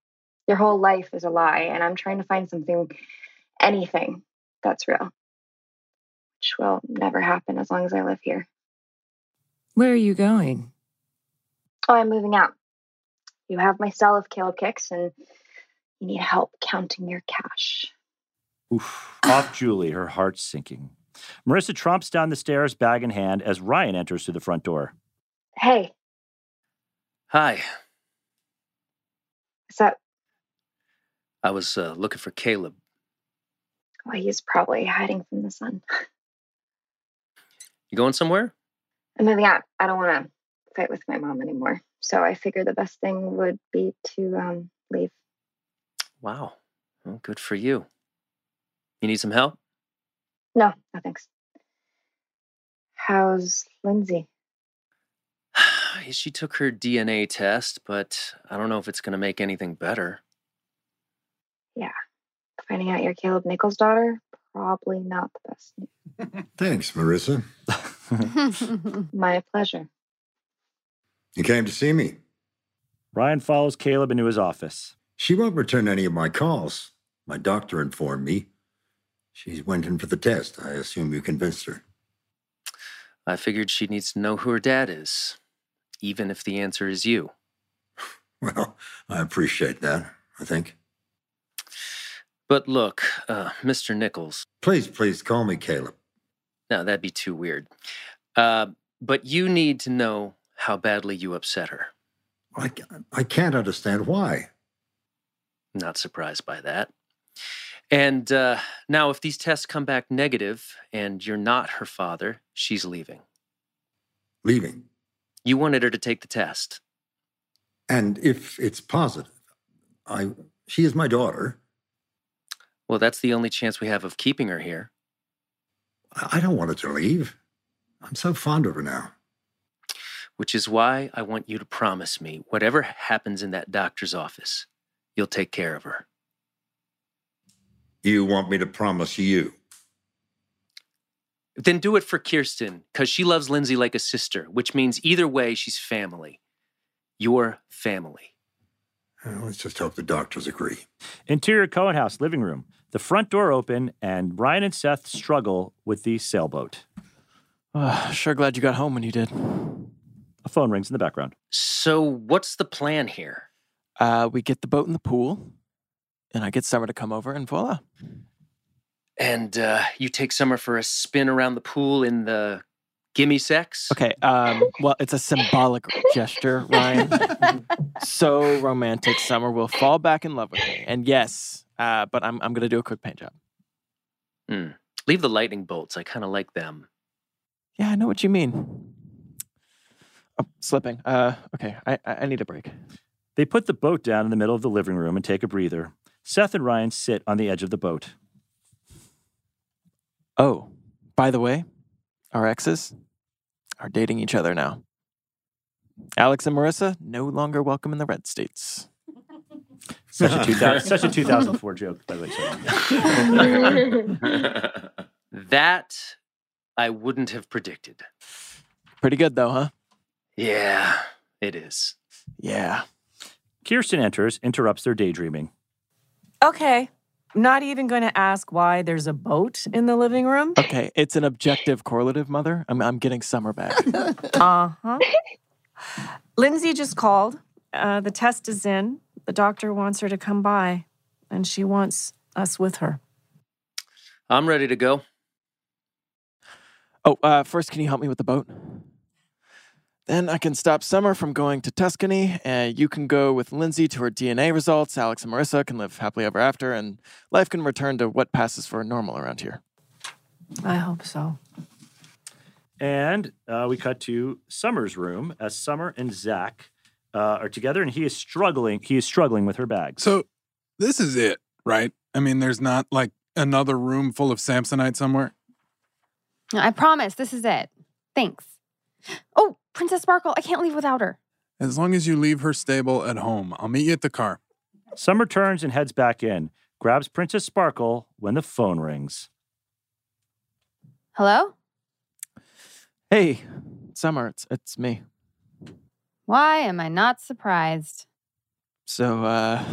Your whole life is a lie, and I'm trying to find something, anything that's real, which will never happen as long as I live here.
Where are you going?
Oh, I'm moving out. You have my cell if Caleb kicks, and you need help counting your cash.
Oof. Off Julie, her heart sinking. Marissa tromps down the stairs, bag in hand, as Ryan enters through the front door.
Hey,
Hi,
Is that
I was uh, looking for Caleb.
well, he's probably hiding from the sun.
You going somewhere?
I'm moving out. I don't want to fight with my mom anymore. So I figured the best thing would be to um, leave.
Wow. Well, good for you. You need some help?
No, no thanks. How's Lindsay?
She took her DNA test, but I don't know if it's going to make anything better.
Yeah. Finding out you're Caleb Nichols' daughter? Probably not the best
Thanks, Marissa.
news. my pleasure.
You came to see me.
Ryan follows Caleb into his office.
She won't return any of my calls. My doctor informed me. She went in for the test. I assume you convinced her.
I figured she needs to know who her dad is, even if the answer is you.
Well, I appreciate that, I think.
But look, uh, Mr. Nichols,
Please, please call me Caleb.
no, that'd be too weird. Uh, but you need to know how badly you upset her.
I, ca- I can't understand why.
Not surprised by that. And uh, now, if these tests come back negative and you're not her father, she's leaving.
Leaving.
You wanted her to take the test.
And if it's positive, I she is my daughter.
Well, that's the only chance we have of keeping her here.
I I don't want her to leave. I'm so fond of her now.
which is why I want you to promise me whatever happens in that doctor's office, you'll take care of her.
You want me to promise you?
Then do it for Kirsten, because she loves Lindsay like a sister, which means either way, she's family. Your family.
Uh, Let's just hope the doctors agree.
Interior Cohen House living room. The front door open, and Ryan and Seth struggle with the sailboat.
Ah, sure glad you got home when you did.
A phone rings in the background.
So, what's the plan here?
Uh, we get the boat in the pool, and I get Summer to come over, and voila.
And uh, you take Summer for a spin around the pool in the gimme sex?
Okay. Um, well, it's a symbolic gesture, Ryan. so romantic. Summer will fall back in love with me. And yes, uh, but I'm, I'm going to do a quick paint job.
Hmm. Leave the lightning bolts. I kind of like them.
Yeah, I know what you mean. Oh, slipping. Uh, okay. I, I I need a break.
They put the boat down in the middle of the living room and take a breather. Seth and Ryan sit on the edge of the boat.
Oh, by the way, our exes are dating each other now. Alex and Marissa no longer welcome in the red states.
Such a, 2000, such a 2004 joke, by the way.
Sorry. that I wouldn't have predicted.
Pretty good though, huh?
Yeah, it is.
Yeah.
Kirsten enters, interrupts their daydreaming.
Okay. Not even going to ask why there's a boat in the living room.
Okay, it's an objective correlative, mother. I'm, I'm getting summer back.
Uh huh. Lindsay just called. Uh, the test is in. The doctor wants her to come by, and she wants us with her.
I'm ready to go.
Oh, uh, first, can you help me with the boat? Then I can stop Summer from going to Tuscany, and you can go with Lindsay to her DNA results. Alex and Marissa can live happily ever after, and life can return to what passes for normal around here.
I hope so.
And uh, we cut to Summer's room as Summer and Zach uh, are together, and he is struggling. He is struggling with her bags.
So this is it, right? I mean, there's not like another room full of Samsonite somewhere.
I promise, this is it. Thanks. Oh, Princess Sparkle, I can't leave without her.
As long as you leave her stable at home, I'll meet you at the car.
Summer turns and heads back in, grabs Princess Sparkle when the phone rings.
Hello?
Hey, Summer, it's, it's me.
Why am I not surprised?
So, uh,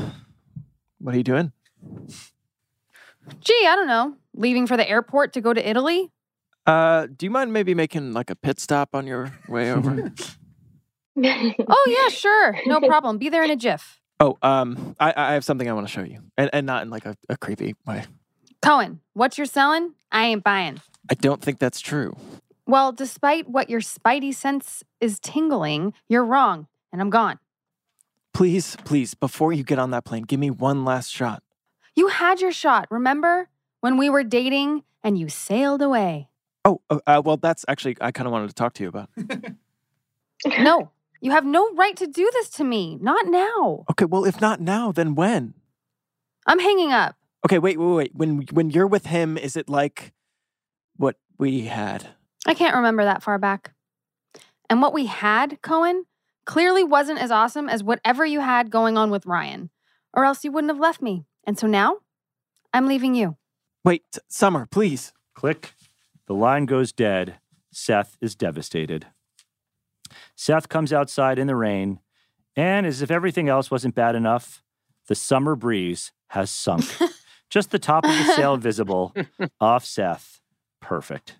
what are you doing?
Gee, I don't know. Leaving for the airport to go to Italy?
Uh, do you mind maybe making like a pit stop on your way over?
oh, yeah, sure. No problem. Be there in a jiff.
oh, um, I, I have something I want to show you, and, and not in like a, a creepy way.
Cohen, what you're selling, I ain't buying.
I don't think that's true.
Well, despite what your spidey sense is tingling, you're wrong, and I'm gone.
Please, please, before you get on that plane, give me one last shot.
You had your shot, remember? When we were dating and you sailed away.
Oh, uh, uh, well, that's actually, I kind of wanted to talk to you about.
no, you have no right to do this to me. Not now.
Okay, well, if not now, then when?
I'm hanging up.
Okay, wait, wait, wait. When, when you're with him, is it like what we had?
I can't remember that far back. And what we had, Cohen, clearly wasn't as awesome as whatever you had going on with Ryan, or else you wouldn't have left me. And so now, I'm leaving you.
Wait, S- Summer, please.
Click. The line goes dead. Seth is devastated. Seth comes outside in the rain, and as if everything else wasn't bad enough, the summer breeze has sunk. Just the top of the sail visible off Seth. Perfect.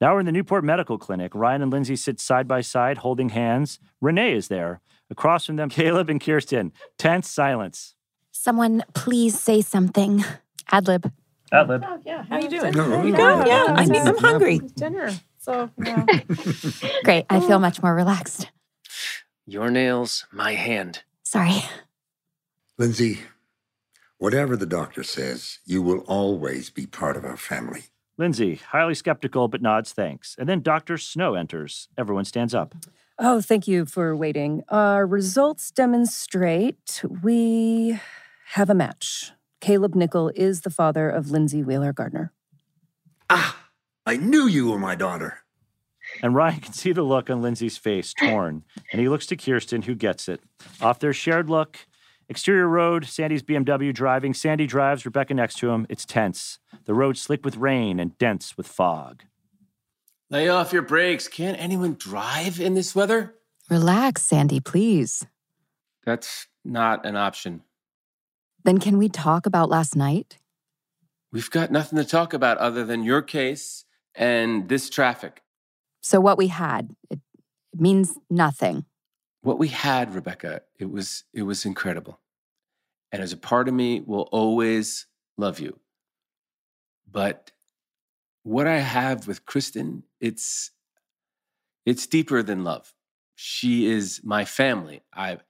Now we're in the Newport Medical Clinic. Ryan and Lindsay sit side by side, holding hands. Renee is there. Across from them, Caleb and Kirsten. Tense silence.
Someone please say something. Ad lib.
Adlib.
yeah. How you doing?
You good? Yeah, I mean, I'm hungry.
Dinner. So yeah.
Great. I feel much more relaxed.
Your nails, my hand.
Sorry.
Lindsay, whatever the doctor says, you will always be part of our family.
Lindsay, highly skeptical, but nods thanks. And then Dr. Snow enters. Everyone stands up.
Oh, thank you for waiting. Our results demonstrate we have a match. Caleb Nickel is the father of Lindsay Wheeler Gardner.
I knew you were my daughter.
And Ryan can see the look on Lindsay's face, torn. And he looks to Kirsten, who gets it. Off their shared look, exterior road, Sandy's BMW driving. Sandy drives, Rebecca next to him. It's tense. The road slick with rain and dense with fog.
Lay off your brakes. Can't anyone drive in this weather?
Relax, Sandy, please.
That's not an option.
Then can we talk about last night?
We've got nothing to talk about other than your case and this traffic.
So, what we had, it means nothing.
What we had, Rebecca, it was it was incredible. And as a part of me will always love you. But what I have with Kristen, it's it's deeper than love. She is my family. I've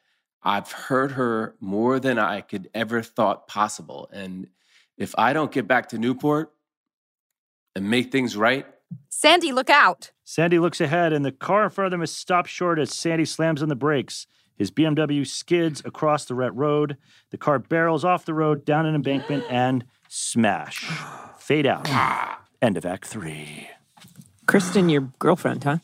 I've hurt her more than I could ever thought possible. And if I don't get back to Newport and make things right,
Sandy, look out.
Sandy looks ahead, and the car in front of them is stopped short as Sandy slams on the brakes. His BMW skids across the wet road. The car barrels off the road, down an embankment, and smash. Fade out. End of Act Three.
Kristen, your girlfriend, huh?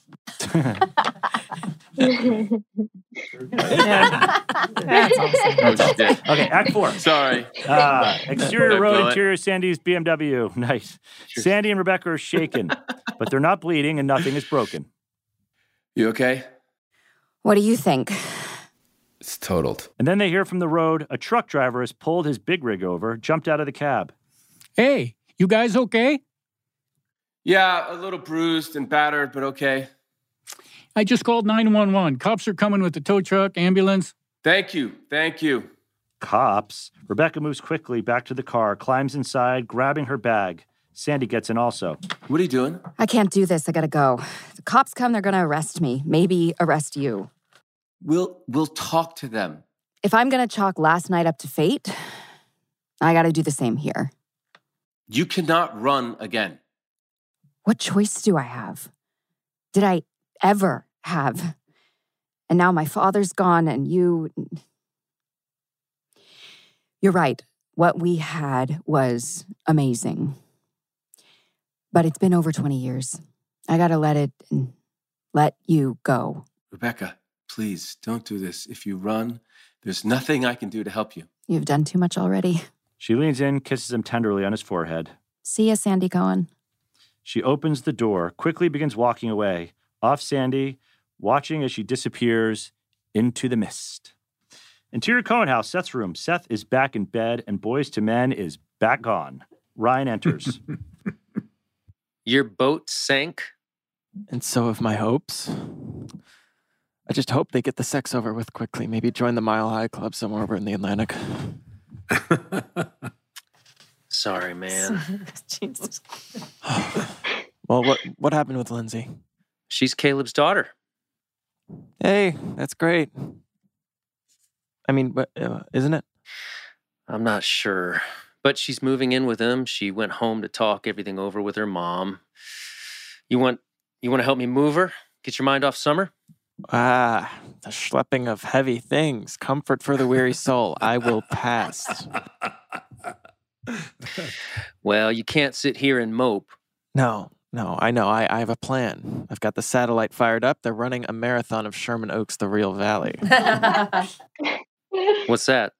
That's awesome.
Okay, Act Four.
Sorry.
Ah,
Did I
exterior
blow
road,
it?
interior Sandy's BMW. Nice. Sandy and Rebecca are shaken, but they're not bleeding and nothing is broken.
You okay?
What do you think?
It's totaled.
And then they hear from the road a truck driver has pulled his big rig over, jumped out of the cab.
Hey, you guys okay?
Yeah, a little bruised and battered, but okay.
I just called 911. Cops are coming with the tow truck, ambulance.
Thank you. Thank you.
Cops. Rebecca moves quickly back to the car, climbs inside, grabbing her bag. Sandy gets in also.
What are you doing?
I can't do this. I gotta go. If the cops come, they're gonna arrest me, maybe arrest you.
We'll we'll talk to them.
If I'm gonna chalk last night up to fate, I gotta do the same here.
You cannot run again.
What choice do I have? Did I ever have? And now my father's gone, and you. You're right. What we had was amazing. But it's been over 20 years. I gotta let it let you go.
Rebecca, please don't do this. If you run, there's nothing I can do to help you.
You've done too much already.
She leans in, kisses him tenderly on his forehead.
See ya, Sandy Cohen.
She opens the door, quickly begins walking away, off Sandy, watching as she disappears into the mist. Interior Cohen house, Seth's room. Seth is back in bed, and Boys to Men is back on. Ryan enters.
Your boat sank.
And so have my hopes. I just hope they get the sex over with quickly. Maybe join the Mile High Club somewhere over in the Atlantic.
Sorry, man.
Jesus.
Well, what what happened with Lindsay?
She's Caleb's daughter.
Hey, that's great. I mean, but uh, isn't it?
I'm not sure. But she's moving in with him. She went home to talk everything over with her mom. You want you want to help me move her? Get your mind off summer?
Ah, the schlepping of heavy things, comfort for the weary soul. I will pass.
Well, you can't sit here and mope.
No, no, I know. I, I have a plan. I've got the satellite fired up. They're running a marathon of Sherman Oaks, the real valley.
What's that?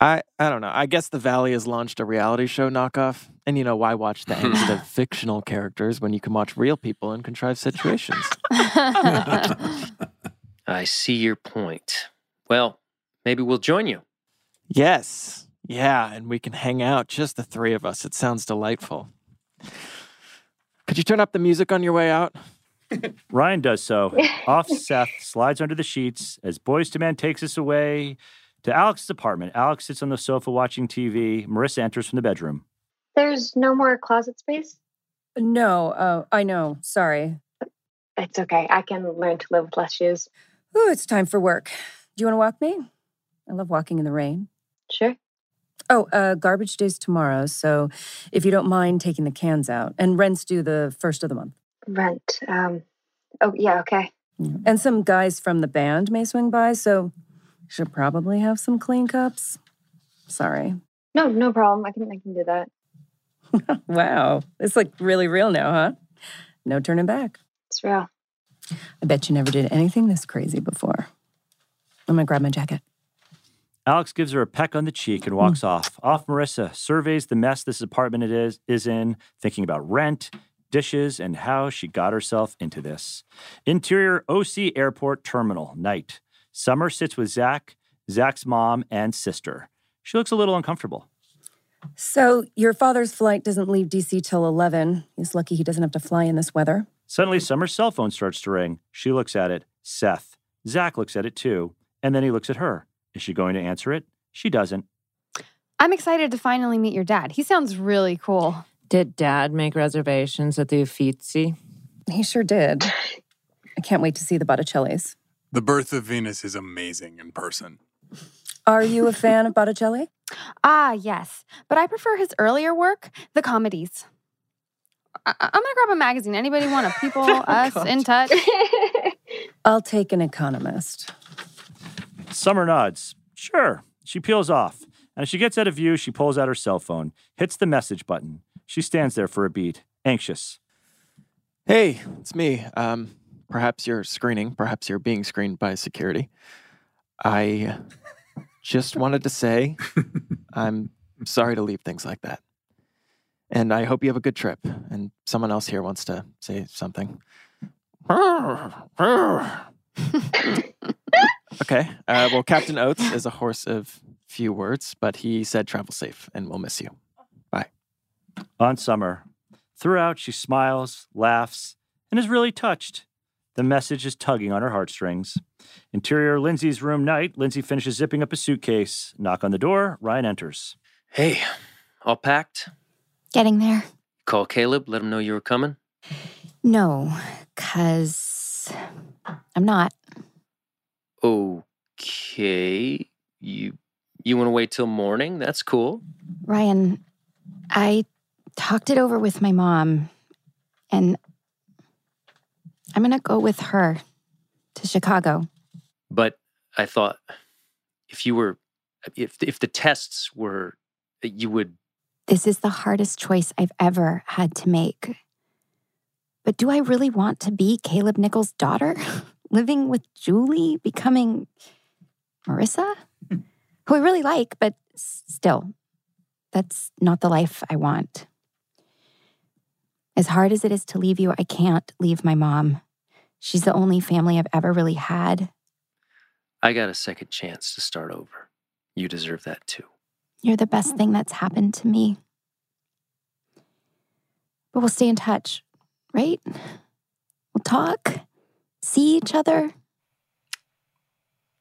I, I don't know. I guess the Valley has launched a reality show knockoff. And you know, why watch the ends of fictional characters when you can watch real people in contrived situations?
I see your point. Well, maybe we'll join you.
Yes. Yeah, and we can hang out, just the three of us. It sounds delightful. Could you turn up the music on your way out?
Ryan does so. Off Seth slides under the sheets as Boys to Man takes us away to Alex's apartment. Alex sits on the sofa watching TV. Marissa enters from the bedroom.
There's no more closet space.
No, oh, I know. Sorry.
It's okay. I can learn to live with less shoes.
Ooh, it's time for work. Do you want to walk me? I love walking in the rain.
Sure.
Oh, uh, garbage day's tomorrow, so if you don't mind taking the cans out, and rent's due the first of the month.
Rent. Um, oh, yeah, okay.
And some guys from the band may swing by, so should probably have some clean cups. Sorry.
No, no problem. I can, I can do that.
Wow. It's like really real now, huh? No turning back.
It's real.
I bet you never did anything this crazy before. I'm gonna grab my jacket.
Alex gives her a peck on the cheek and walks off. Off Marissa surveys the mess this apartment it is is in, thinking about rent, dishes, and how she got herself into this. Interior OC Airport Terminal, night. Summer sits with Zach, Zach's mom, and sister. She looks a little uncomfortable.
So, your father's flight doesn't leave DC till 11. He's lucky he doesn't have to fly in this weather.
Suddenly, Summer's cell phone starts to ring. She looks at it. Seth. Zach looks at it too, and then he looks at her. Is she going to answer it? She doesn't.
I'm excited to finally meet your dad. He sounds really cool.
Did dad make reservations at the Uffizi?
He sure did. I can't wait to see the Botticellis.
The birth of Venus is amazing in person.
Are you a fan of Botticelli?
Ah, yes. But I prefer his earlier work, the comedies. I- I- am going to grab a magazine. Anybody want a People,
Oh,
Us, In Touch?
I'll take an economist.
Summer nods. Sure. She peels off. And as she gets out of view, she pulls out her cell phone, hits the message button. She stands there for a beat, anxious.
Hey, it's me. Um, perhaps you're screening, perhaps you're being screened by security. I just wanted to say I'm sorry to leave things like that. And I hope you have a good trip. And someone else here wants to say something. Okay. Uh, well, Captain Oates is a horse of few words, but he said travel safe and we'll miss you.
On summer. Throughout, she smiles, laughs, and is really touched. The message is tugging on her heartstrings. Interior Lindsay's room night. Lindsay finishes zipping up a suitcase. Knock on the door. Ryan enters.
Hey, all packed?
Getting there.
Call Caleb, let him know you were coming.
No, because I'm not.
Okay. You you want to wait till morning? That's cool.
Ryan, I talked it over with my mom, and I'm going to go with her to Chicago.
But I thought if you were if if the tests were you would
This is the hardest choice I've ever had to make. But do I really want to be Caleb Nichols' daughter? Living with Julie, becoming Marissa? Who I really like, but s- still, that's not the life I want. As hard as it is to leave you, I can't leave my mom. She's the only family I've ever really had.
I got a second chance to start over. You deserve that too.
You're the best thing that's happened to me. But we'll stay in touch, right? We'll talk, see each other.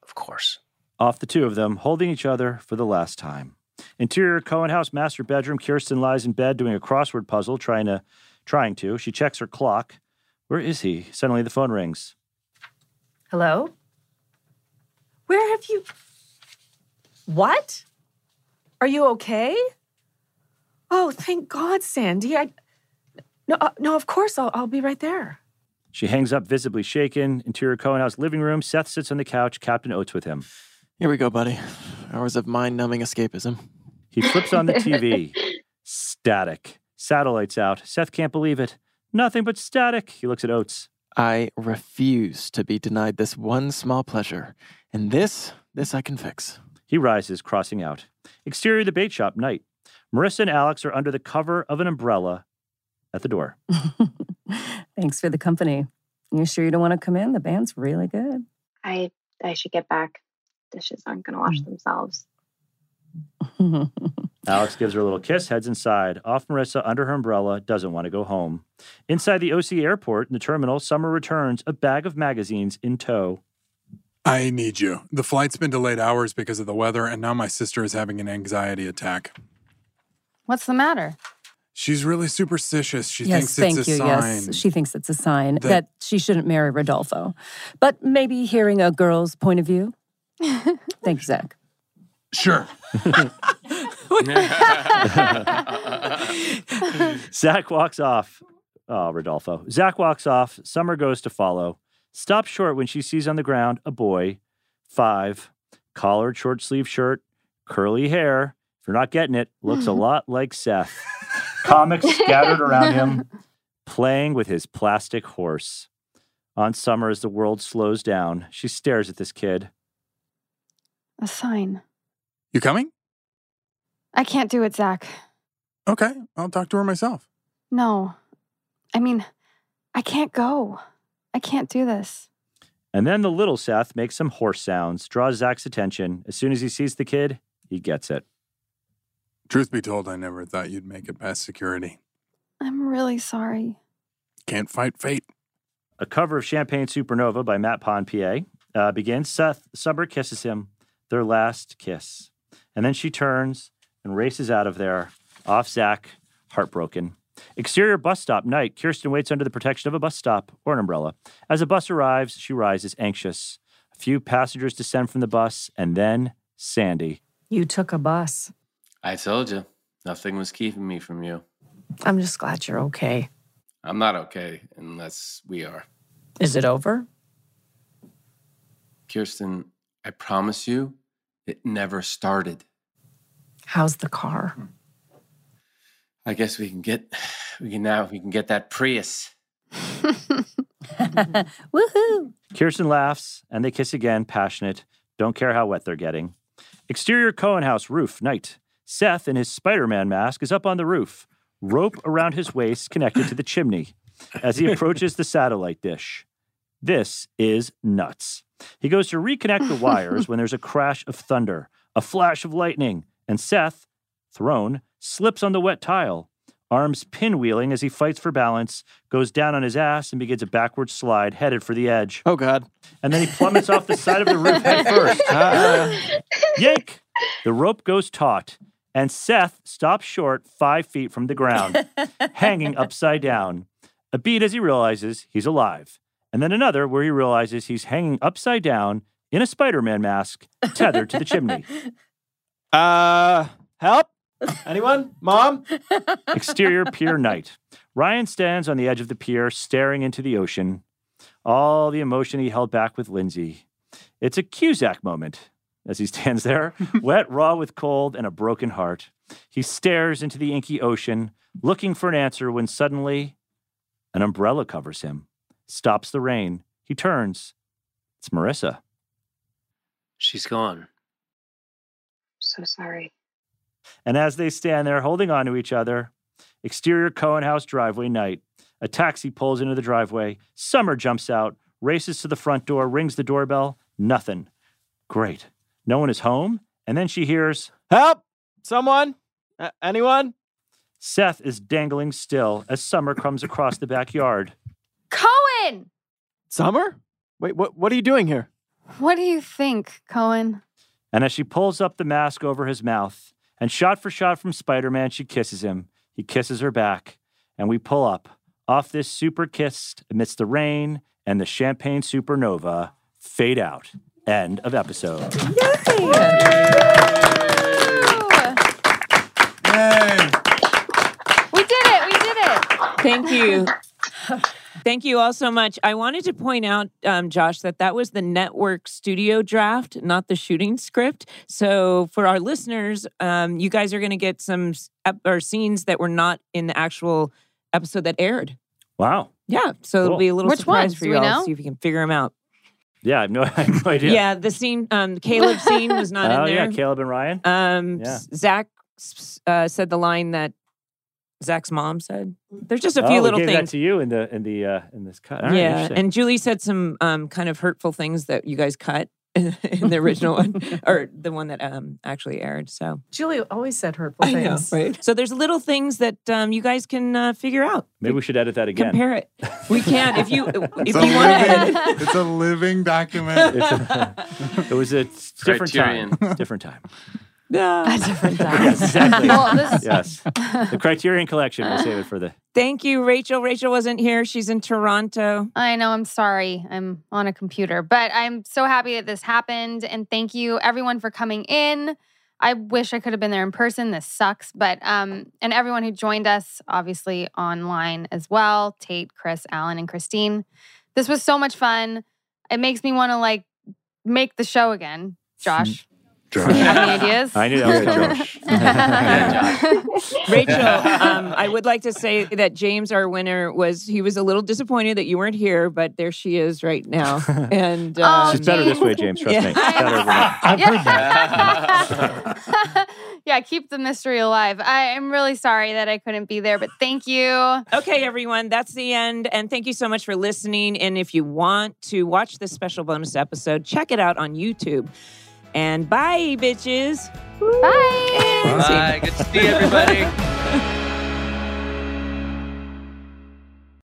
Of course.
Off the two of them, holding each other for the last time. Interior Cohen House master bedroom. Kirsten lies in bed doing a crossword puzzle, trying to trying to. She checks her clock. Where is he? Suddenly the phone rings.
Hello? Where have you. What? Are you okay? Oh, thank God, Sandy. I no, uh, no. Of course, I'll I'll be right there.
She hangs up, visibly shaken. Interior Cohen House living room. Seth sits on the couch. Captain Oates with him.
Here we go, buddy. Hours of mind numbing escapism.
He flips on the TV. static. Satellites out. Seth can't believe it. Nothing but static. He looks at Oates.
I refuse to be denied this one small pleasure. And this, this I can fix.
He rises, crossing out. Exterior of the bait shop, night. Marissa and Alex are under the cover of an umbrella at the door.
Thanks for the company. You sure you don't want to come in? The band's really good.
I I should get back. Dishes aren't gonna wash themselves.
Alex gives her a little kiss, heads inside. Off Marissa under her umbrella, doesn't want to go home. Inside the OC airport in the terminal, Summer returns, a bag of magazines in tow.
I need you. The flight's been delayed hours because of the weather, and now my sister is having an anxiety attack.
What's the matter?
She's really superstitious. She thinks
yes, thank
it's a
you.
sign.
Yes, she thinks it's a sign
that-
that, she shouldn't marry Rodolfo. But maybe hearing a girl's point of view. Thanks, Zach.
Sure.
Zach walks off. Oh, Rodolfo. Zach walks off. Summer goes to follow. Stops short when she sees on the ground a boy, five, collared short sleeve shirt, curly hair. If you're not getting it, looks a lot like Seth. Hmm. Comics scattered around him, playing with his plastic horse. On summer, as the world slows down, she stares at this kid.
A sign.
You coming?
I can't do it, Zach.
Okay, I'll talk to her myself.
No. I mean, I can't go. I can't do this.
And then the little Seth makes some horse sounds, draws Zach's attention. As soon as he sees the kid, he gets it.
Truth be told, I never thought you'd make it past security.
I'm really sorry.
Can't fight fate.
A cover of Champagne Supernova by Matt Pond, PA, uh, begins. Seth Summer kisses him, their last kiss. And then she turns and races out of there, off Zach, heartbroken. Exterior bus stop, night. Kirsten waits under the protection of a bus stop or an umbrella. As a bus arrives, she rises, anxious. A few passengers descend from the bus, and then Sandy.
You took a bus.
I told you, nothing was keeping me from you.
I'm just glad you're okay.
I'm not okay unless we are.
Is it over?
Kirsten, I promise you, it never started.
How's the car?
Hmm.
I guess we can get we can now we can get that Prius.
Woohoo!
Kirsten laughs, and they kiss again, passionate. Don't care how wet they're getting. Exterior Cohen House roof, night. Seth in his Spider Man mask is up on the roof, rope around his waist connected to the chimney as he approaches the satellite dish. This is nuts. He goes to reconnect the wires when there's a crash of thunder, a flash of lightning, and Seth, thrown, slips on the wet tile. Arms pinwheeling as he fights for balance, goes down on his ass, and begins a backward slide headed for the edge.
Oh, God.
And then he plummets off the side of the roof head first. Yank! The rope goes taut, and Seth stops short five feet from the ground, hanging upside down. A beat as he realizes he's alive, and then another where he realizes he's hanging upside down in a Spider Man mask, tethered to the chimney.
Uh, help? Anyone? Mom?
Exterior pier night. Ryan stands on the edge of the pier, staring into the ocean. All the emotion he held back with Lindsay. It's a Cusack moment as he stands there, wet, raw with cold and a broken heart. He stares into the inky ocean, looking for an answer when suddenly an umbrella covers him, stops the rain. He turns. It's Marissa.
She's gone.
so sorry.
And as they stand there holding on to each other, exterior Cohen House driveway night, a taxi pulls into the driveway. Summer jumps out, races to the front door, rings the doorbell. Nothing. Great. No one is home. And then she hears,
Help! Someone? A- anyone?
Seth is dangling still as Summer comes across the backyard.
Cohen!
Summer? Wait, what, what are you doing here?
What do you think, Cohen?
And as she pulls up the mask over his mouth, and shot for shot from Spider Man, she kisses him. He kisses her back, and we pull up off this super kiss amidst the rain and the champagne supernova. Fade out. End of episode.
Thank you. Thank you all so much. I wanted to point out, um, Josh, that that was the network studio draft, not the shooting script. So for our listeners, um, you guys are going to get some s- ep- or scenes that were not in the actual episode that aired.
Wow.
Yeah, so it'll
Cool.
be a little
Which
surprise
ones?
for
Do
you
we
all.
know?
See if you can figure them out.
Yeah, I have no, I have no idea.
Yeah, the scene, um, Caleb scene was not
oh,
in
yeah,
there.
Caleb and Ryan.
Um,
Yeah.
s- Zach s- uh, said the line that Zach's mom said. There's just a
Oh,
few
we
little
gave
things.
that to you in the in the uh, in this cut. All right,
yeah,
interesting.
and Julie said some um, kind of hurtful things that you guys cut in the original one, or the one that um, actually aired. So
Julie always said hurtful
I know,
things.
right? So there's little things that um, you guys can uh, figure out.
Maybe we should edit that again.
Compare it. We can if you if
It's a
you want to edit.
living, it's a living document.
It's a- it was a different time.
Criterion.
Different time.
A
different
Yes, exactly.
Well, this-
Yes. The Criterion Collection. We'll save it for the.
Thank you, Rachel. Rachel wasn't here. She's in Toronto.
I know, I'm sorry. I'm on a computer, but I'm so happy that this happened. And thank you everyone for coming in. I wish I could have been there in person. This sucks. But, um, and everyone who joined us, obviously online as well Tate, Chris, Alan, and Christine. This was so much fun. It makes me want to like make the show again.
Josh.
Josh, you have any ideas?
I knew that was coming.
Rachel, um, I would like to say that James, our winner, was he was a little disappointed that you weren't here, but there she is right now. And um,
Oh, She's better this way, James. Trust me.
Yeah.
Better than that.
I've heard yeah, keep the mystery alive. I am really sorry that I couldn't be there, but thank you.
Okay, everyone, that's the end. And thank you so much for listening. And if you want to watch this special bonus episode, check it out on YouTube. And bye, bitches.
Bye.
Bye.
Bye. Good to see everybody.